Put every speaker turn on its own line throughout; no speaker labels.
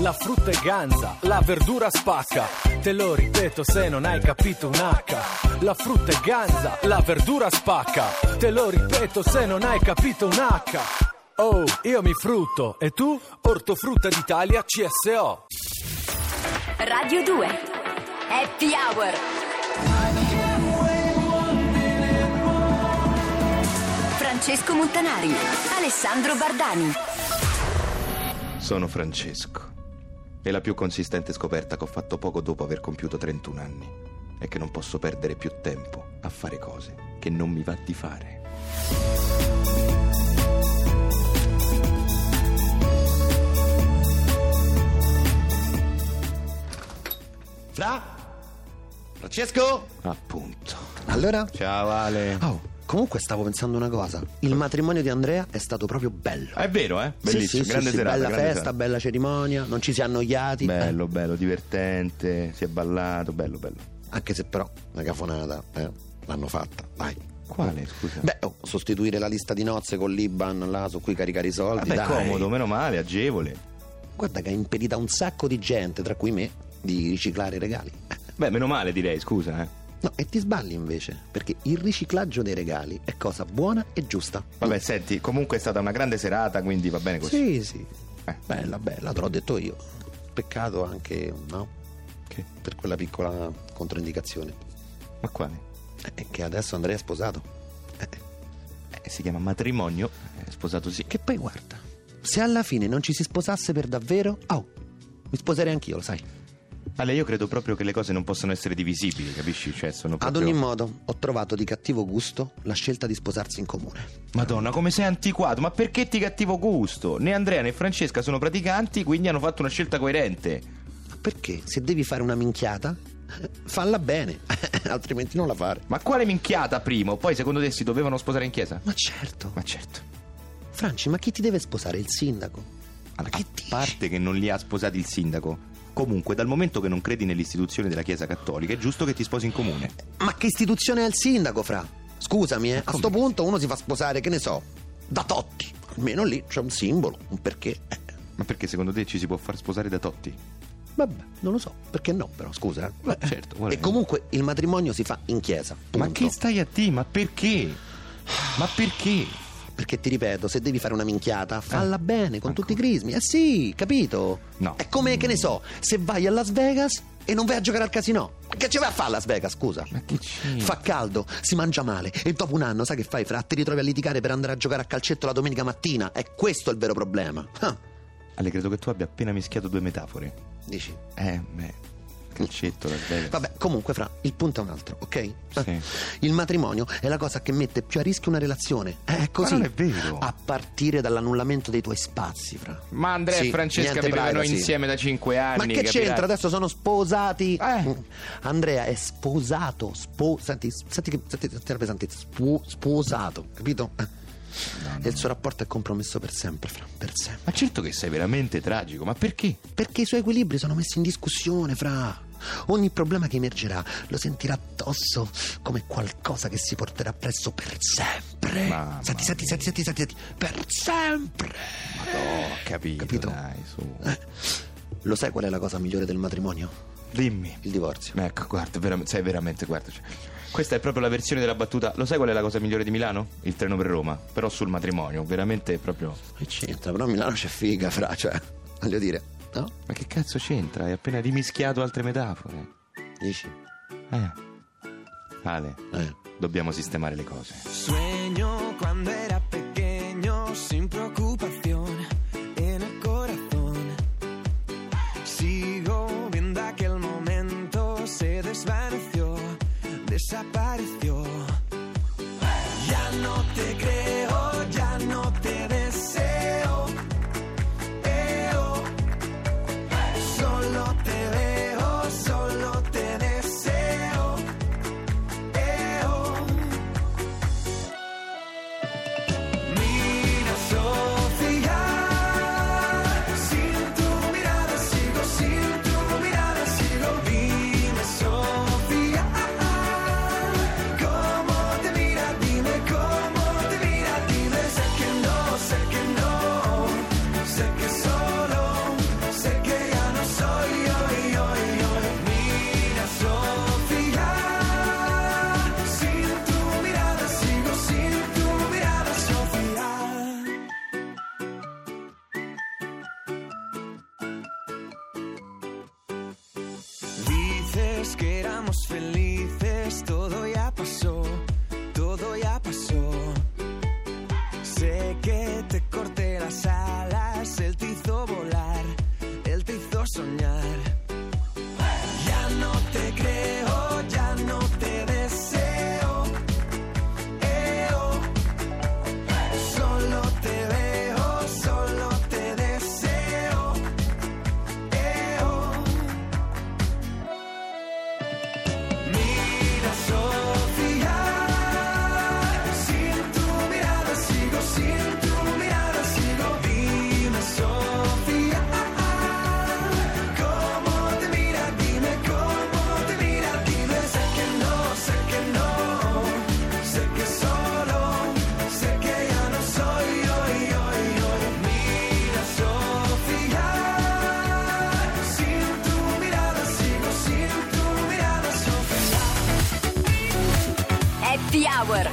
la frutta è ganza, la verdura spacca. Te lo ripeto se non hai capito un H. La frutta è ganza, la verdura spacca. Te lo ripeto se non hai capito un H. Oh, io mi frutto e tu? Ortofrutta d'Italia CSO.
Radio 2 Happy Hour Francesco Montanari Alessandro Bardani
Sono Francesco. E la più consistente scoperta che ho fatto poco dopo aver compiuto 31 anni è che non posso perdere più tempo a fare cose che non mi va di fare.
Fra? Francesco?
Appunto.
Allora?
Ciao Ale.
Oh, comunque stavo pensando una cosa. Il matrimonio di Andrea è stato proprio bello.
È vero, eh?
Sì, sì,
Bellissimo,
sì,
grande
sì,
serata.
Bella
grande
festa,
serata.
bella cerimonia, non ci si è annoiati. eh.
Bello, bello, divertente, si è ballato, bello, bello.
Eh, anche se però una cafonata, eh, l'hanno fatta, dai.
Quale, scusa?
Beh, oh, sostituire la lista di nozze con l'Iban là su cui caricare i soldi.
Vabbè,
dai.
comodo, meno male, agevole.
Guarda che ha impedito a un sacco di gente, tra cui me, di riciclare i regali. Eh,
Beh, meno male direi, scusa, eh.
No, e ti sbagli invece, perché il riciclaggio dei regali è cosa buona e giusta.
Vabbè, senti, comunque è stata una grande serata, quindi va bene così.
Sì, sì.
Eh.
Bella, bella, te l'ho detto io. Peccato anche, no?
Che?
Per quella piccola controindicazione.
Ma quale?
È che adesso Andrea è sposato. Eh,
Eh, si chiama matrimonio, eh, sposato sì.
Che poi guarda, se alla fine non ci si sposasse per davvero, oh, mi sposerei anch'io, lo sai.
Ale, io credo proprio che le cose non possono essere divisibili, capisci? Cioè, sono
Ad
proprio...
ogni modo, ho trovato di cattivo gusto la scelta di sposarsi in comune.
Madonna, come sei antiquato, ma perché ti cattivo gusto? Né Andrea né Francesca sono praticanti, quindi hanno fatto una scelta coerente.
Ma Perché se devi fare una minchiata, eh, falla bene, altrimenti non la fare.
Ma quale minchiata, primo? Poi, secondo te, si dovevano sposare in chiesa?
Ma certo,
Ma certo.
Franci, ma chi ti deve sposare? Il sindaco?
Allora,
Che
a
dici?
parte che non li ha sposati il sindaco. Comunque, dal momento che non credi nell'istituzione della Chiesa Cattolica, è giusto che ti sposi in comune.
Ma che istituzione è il sindaco, fra? Scusami, eh. A
come?
sto punto uno si fa sposare, che ne so, da Totti. Almeno lì c'è un simbolo, un perché. Eh,
Ma perché secondo te ci si può far sposare da Totti?
Vabbè, non lo so, perché no, però, scusa. eh.
Ma certo, guarda.
E comunque il matrimonio si fa in chiesa.
Ma
punto.
che stai a te? Ma perché? Ma perché?
Perché ti ripeto, se devi fare una
Eh.
minchiata, falla bene con tutti i crismi. Eh sì, capito?
Ecco. No.
È come, che ne so, se vai a Las Vegas e non vai a giocare al casino. Che ci vai a fare a Las Vegas, scusa?
Ma che c'è?
Fa caldo, si mangia male e dopo un anno, sai che fai, fra? Ti ritrovi a litigare per andare a giocare a calcetto la domenica mattina. È questo il vero problema. Ah,
Ale, credo che tu abbia appena mischiato due metafore.
Dici.
Eh, beh. Calcetto, Las Vegas.
Vabbè, comunque, fra, il punto è un altro, ok? Eh,
Eh. Sì.
Il matrimonio è la cosa che mette più a rischio una relazione. È così.
non è vero.
A partire dall'annullamento dei tuoi spazi, fra.
Ma Andrea
Sì,
e Francesca
niente
vivevano
privacy.
insieme da 5 anni.
Ma che
capirai?
c'entra? Adesso sono sposati.
Eh.
Mm. Andrea è sposato. Spo- senti, senti che senti, senti la pesantezza. Spo- sposato, capito? E il suo rapporto è compromesso per sempre, Fra, per sempre.
Ma certo che sei veramente tragico, ma perché?
Perché i suoi equilibri sono messi in discussione, Fra. Ogni problema che emergerà lo sentirà addosso come qualcosa che si porterà appresso per sempre.
Mamma
senti, senti, senti, senti, senti, senti, per sempre.
Madò, capito,
Capito?
dai, su.
Lo sai qual è la cosa migliore del matrimonio?
Dimmi.
Il divorzio.
Ecco, guarda, veram- sai veramente, guarda. cioè, questa è proprio la versione della battuta. Lo sai qual è la cosa migliore di Milano? Il treno per Roma, però sul matrimonio, veramente è proprio.
Che c'entra? Però Milano c'è figa, fra, cioè, voglio dire, no?
Ma che cazzo c'entra? Hai appena rimischiato altre metafore.
Dici?
Eh. Ale,
Eh.
dobbiamo sistemare le cose.
Sueño cuando era pequeño sin preocupación en el corazón. Sigo viendo aquel momento se desvaneció, desapareció. Ya no te creo, ya no te deseo. eh, oh. Solo te veo, solo te deseo. eh, oh. que éramos felices, todo ya pasó, todo ya pasó. Sé que te corté las alas, él te hizo volar, él te hizo soñar. Ya no te creo, ya no te deseo. eh, oh. Solo te veo, solo te deseo. eh, oh. Mira, Sofía, sin tu mirada sigo, sin tu mirada sigo. Dime, Sofía, cómo te mira, dime cómo te mira, dime. Sé que no, sé que no, sé que solo, sé que ya no soy hoy, hoy, hoy. Mira, Sofía, sin tu mirada sigo, sin tu mirada, Sofía.
Happy Hour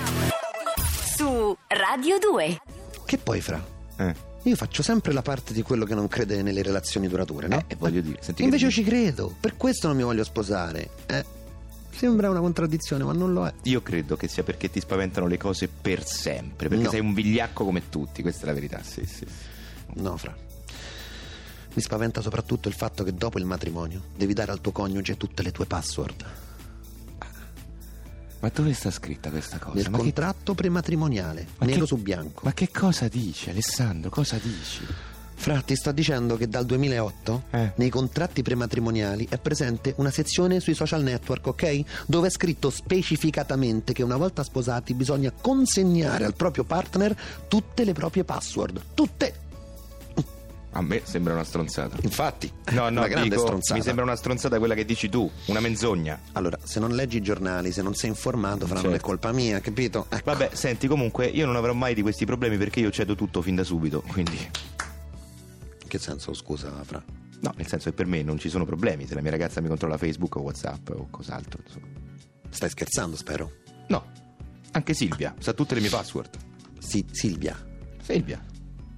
su Radio 2.
Che poi, Fra,
Eh,
io faccio sempre la parte di quello che non crede nelle relazioni durature, no?
eh, voglio dire, senti
Invece io
che...
ci credo, per questo non mi voglio sposare. Eh, sembra una contraddizione, ma non lo è.
Io credo che sia perché ti spaventano le cose per sempre, perché
No.
sei un vigliacco come tutti, questa è la verità. Sì, sì.
No, Fra. Mi spaventa soprattutto il fatto che dopo il matrimonio devi dare al tuo coniuge tutte le tue password.
Ma dove sta scritta questa cosa?
Nel
ma che-
contratto prematrimoniale,
ma
nero
che-
su bianco.
Ma che cosa dici, Alessandro? Cosa dici?
Fra, ti sto dicendo che dal 2008
Eh.
nei contratti prematrimoniali è presente una sezione sui social network, ok? Dove è scritto specificatamente che una volta sposati bisogna consegnare al proprio partner tutte le proprie password. Tutte!
A me sembra una stronzata.
Infatti,
No, no,
una grande
dico,
stronzata.
mi sembra una stronzata quella che dici tu, una menzogna.
Allora, se non leggi i giornali, se non sei informato, fra non è
Certo.
colpa mia, capito? Ecco.
Vabbè, senti, comunque io non avrò mai di questi problemi perché io cedo tutto fin da subito, quindi
In Che senso, scusa, fra?
no, nel senso che per me non ci sono problemi se la mia ragazza mi controlla Facebook o WhatsApp o cos'altro, insomma.
Stai scherzando, spero.
No. Anche Silvia sa tutte le mie password.
Sì, Silvia,
Silvia.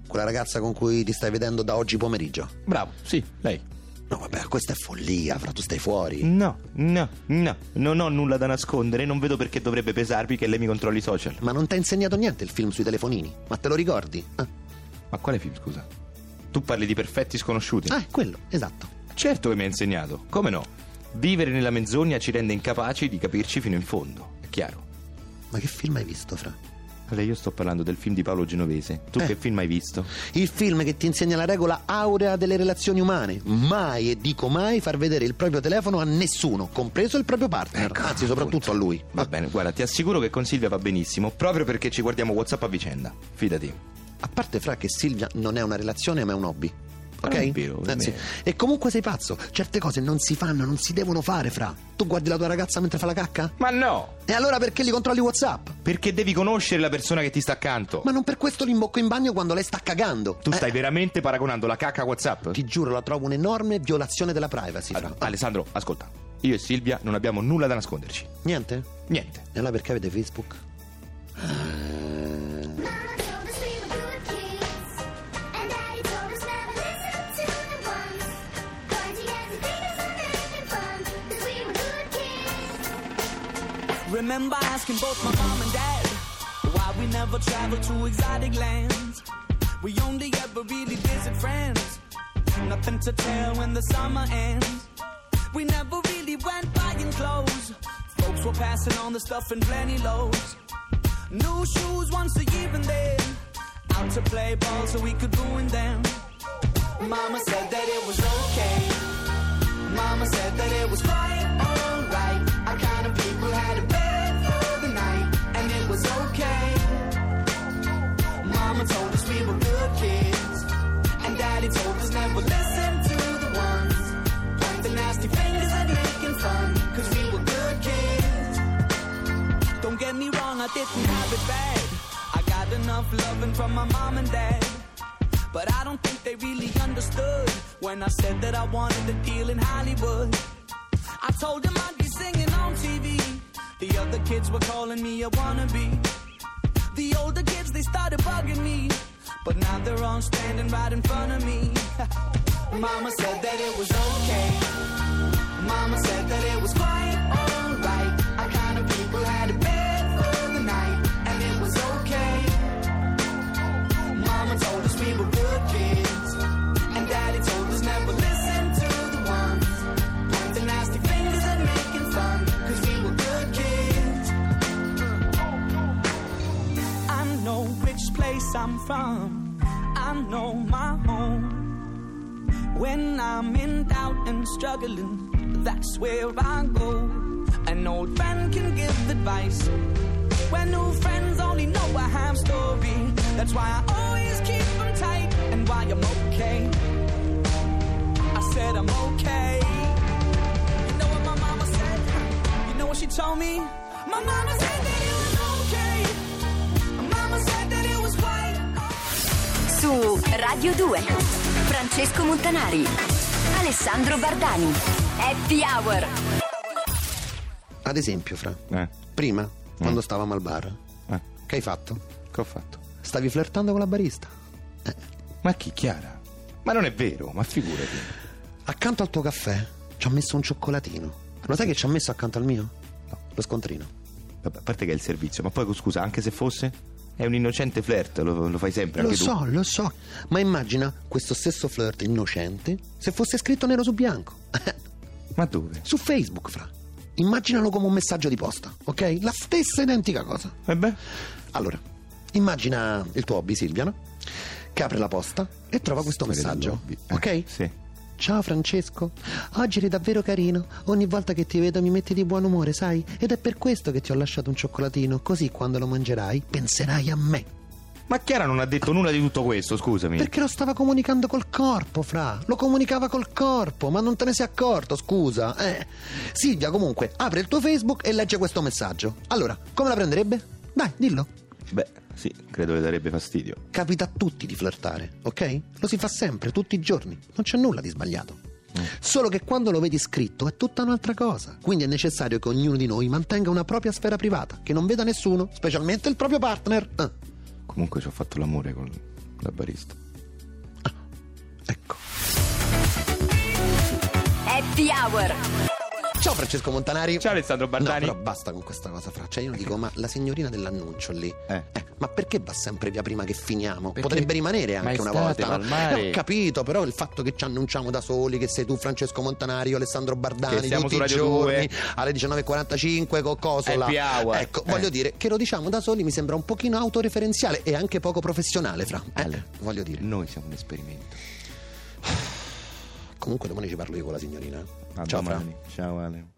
quella ragazza con cui ti stai vedendo da oggi pomeriggio.
Bravo, sì, lei.
No, vabbè, questa è follia, fra tu stai fuori.
No, no, no, non ho nulla da nascondere, non vedo perché dovrebbe pesarvi che lei mi controlli i social.
Ma non ti ha insegnato niente il film sui telefonini? Ma te lo ricordi? Ah,
Ma quale film, scusa? Tu parli di perfetti sconosciuti.
ah, è quello, esatto.
Certo che mi ha insegnato, come no? Vivere nella menzogna ci rende incapaci di capirci fino in fondo, è chiaro.
Ma che film hai visto, Fra?
Allora io sto parlando del film di Paolo Genovese. Tu
Eh.
che film hai visto?
Il film che ti insegna la regola aurea delle relazioni umane. Mai, e dico mai, far vedere il proprio telefono a nessuno, compreso il proprio partner.
Ecco,
Anzi, soprattutto
appunto.
a lui.
Va bene, guarda, ti assicuro che con Silvia va benissimo, proprio perché ci guardiamo WhatsApp a vicenda. Fidati.
A parte fra che Silvia non è una relazione ma è un hobby.
Ma
Ok?
non è vero, per
Anzi,
me-
e comunque sei pazzo, certe cose non si fanno, non si devono fare, fra. Tu guardi la tua ragazza mentre fa la cacca?
Ma no!
E allora perché li controlli WhatsApp?
Perché devi conoscere la persona che ti sta accanto.
Ma non per questo li imbocco in bagno quando lei sta cagando.
Tu
Eh,
stai veramente paragonando la cacca a WhatsApp?
ti giuro, la trovo un'enorme violazione della privacy, fra. Ah,
Allora, Alessandro, ascolta. Io e Silvia non abbiamo nulla da nasconderci.
Niente?
Niente.
E allora perché avete Facebook?
Mama told us we were good kids, and Daddy told us never listen to the ones pointing at the fingers and making fun, 'cause we were good kids.
Remember asking both my mom and dad why we never traveled to exotic lands. We only ever really visit friends. Nothing to tell when the summer ends. We never really went buying clothes. Folks were passing on the stuff in plenty loads. New shoes once a year and then out to play ball so we could ruin them. Mama said that it was okay. Mama said that it was quite alright. I kind of people had a bed for the night, and it was okay. Mama told us we were good kids, and Daddy told us never listen to the ones pointing nasty fingers and making fun, 'cause we were good kids. Don't get me wrong, I didn't have it bad. I got enough loving from my mom and dad. But I don't think they really understood when I said that I wanted to deal in Hollywood. I told them I'd be singing on TV. The other kids were calling me a wannabe. The older kids, they started bugging me. But now they're all standing right in front of me. Mama said that it was okay. Mama said that it was quite alright. Our kind of people had a bed for the night, and it was okay. Mama told us we were good kids, and Daddy told us never listen to the ones pointing nasty fingers and making fun, 'cause we were good kids. I know which place I'm from. I know my home. When I'm in doubt and struggling, that's where I go. An old friend can give advice. When new friends only know a half story, that's why I always keep them tight and why I'm okay. I said I'm okay. You know what my mama said? You know what she told me? My mama said that it was okay. My mama said that it was quite
Su Radio 2 Francesco Montanari Alessandro Bardani Happy Hour
Ad esempio, Fra,
Eh,
prima, quando stavamo al bar,
eh,
che hai fatto?
che ho fatto?
Stavi flirtando con la barista.
Ma chi, Chiara? Ma non è vero, ma figurati.
Accanto al tuo caffè ci ho messo un cioccolatino. Lo sai che ci ho messo accanto al mio? Lo scontrino.
Vabbè, a parte che è il servizio, ma poi scusa, anche se fosse? È un innocente flirt, lo, lo fai sempre
Lo
anche tu.
so, lo so. Ma immagina questo stesso flirt innocente se fosse scritto nero su bianco.
Ma dove?
su Facebook, fra. Immaginalo come un messaggio di posta, ok? La stessa identica cosa.
E Eh beh,
Allora, immagina il tuo hobby, Silvia, no? Che apre la posta e trova questo
Storia
messaggio,
dell'hobby. Eh,
ok?
sì.
Ciao Francesco, oggi eri davvero carino. Ogni volta che ti vedo mi metti di buon umore, sai? Ed è per questo che ti ho lasciato un cioccolatino, così quando lo mangerai penserai a me.
Ma Chiara non ha detto nulla di tutto questo, scusami.
Perché lo stava comunicando col corpo, Fra. Lo comunicava col corpo, ma non te ne sei accorto, scusa. Eh. Silvia, comunque, apre il tuo Facebook e legge questo messaggio. Allora, come la prenderebbe? Dai, dillo.
Beh, sì, credo le darebbe fastidio.
Capita a tutti di flirtare, ok? Lo si fa sempre, tutti i giorni. Non c'è nulla di sbagliato. Solo che quando lo vedi scritto è tutta un'altra cosa. Quindi è necessario che ognuno di noi mantenga una propria sfera privata, che non veda nessuno, specialmente il proprio partner. Ah,
Comunque ci ho fatto l'amore con la barista.
ecco.
Happy Hour
Ciao Francesco Montanari.
Ciao Alessandro Bardani.
No, però basta con questa cosa, Fra. Cioè, io dico, ma la signorina dell'annuncio lì,
Eh.
ma perché va sempre via prima che finiamo?
Perché-
Potrebbe rimanere anche una
Maestate,
volta. no?
Palmari.
Eh, ho capito, però il fatto che ci annunciamo da soli, che sei tu, Francesco Montanari, io, Alessandro
Che
Bardani,
siamo
tutti
su
i
Radio
giorni
2.
alle 19.45 con Cosola.
Happy hour.
Ecco,
Eh.
voglio dire che lo diciamo da soli mi sembra un pochino autoreferenziale e anche poco professionale, Fra. Eh,
Ale.
voglio dire.
Noi siamo un esperimento.
Comunque domani ci parlo io con la signorina.
A
Ciao, Fra.
domani. Ciao Ale.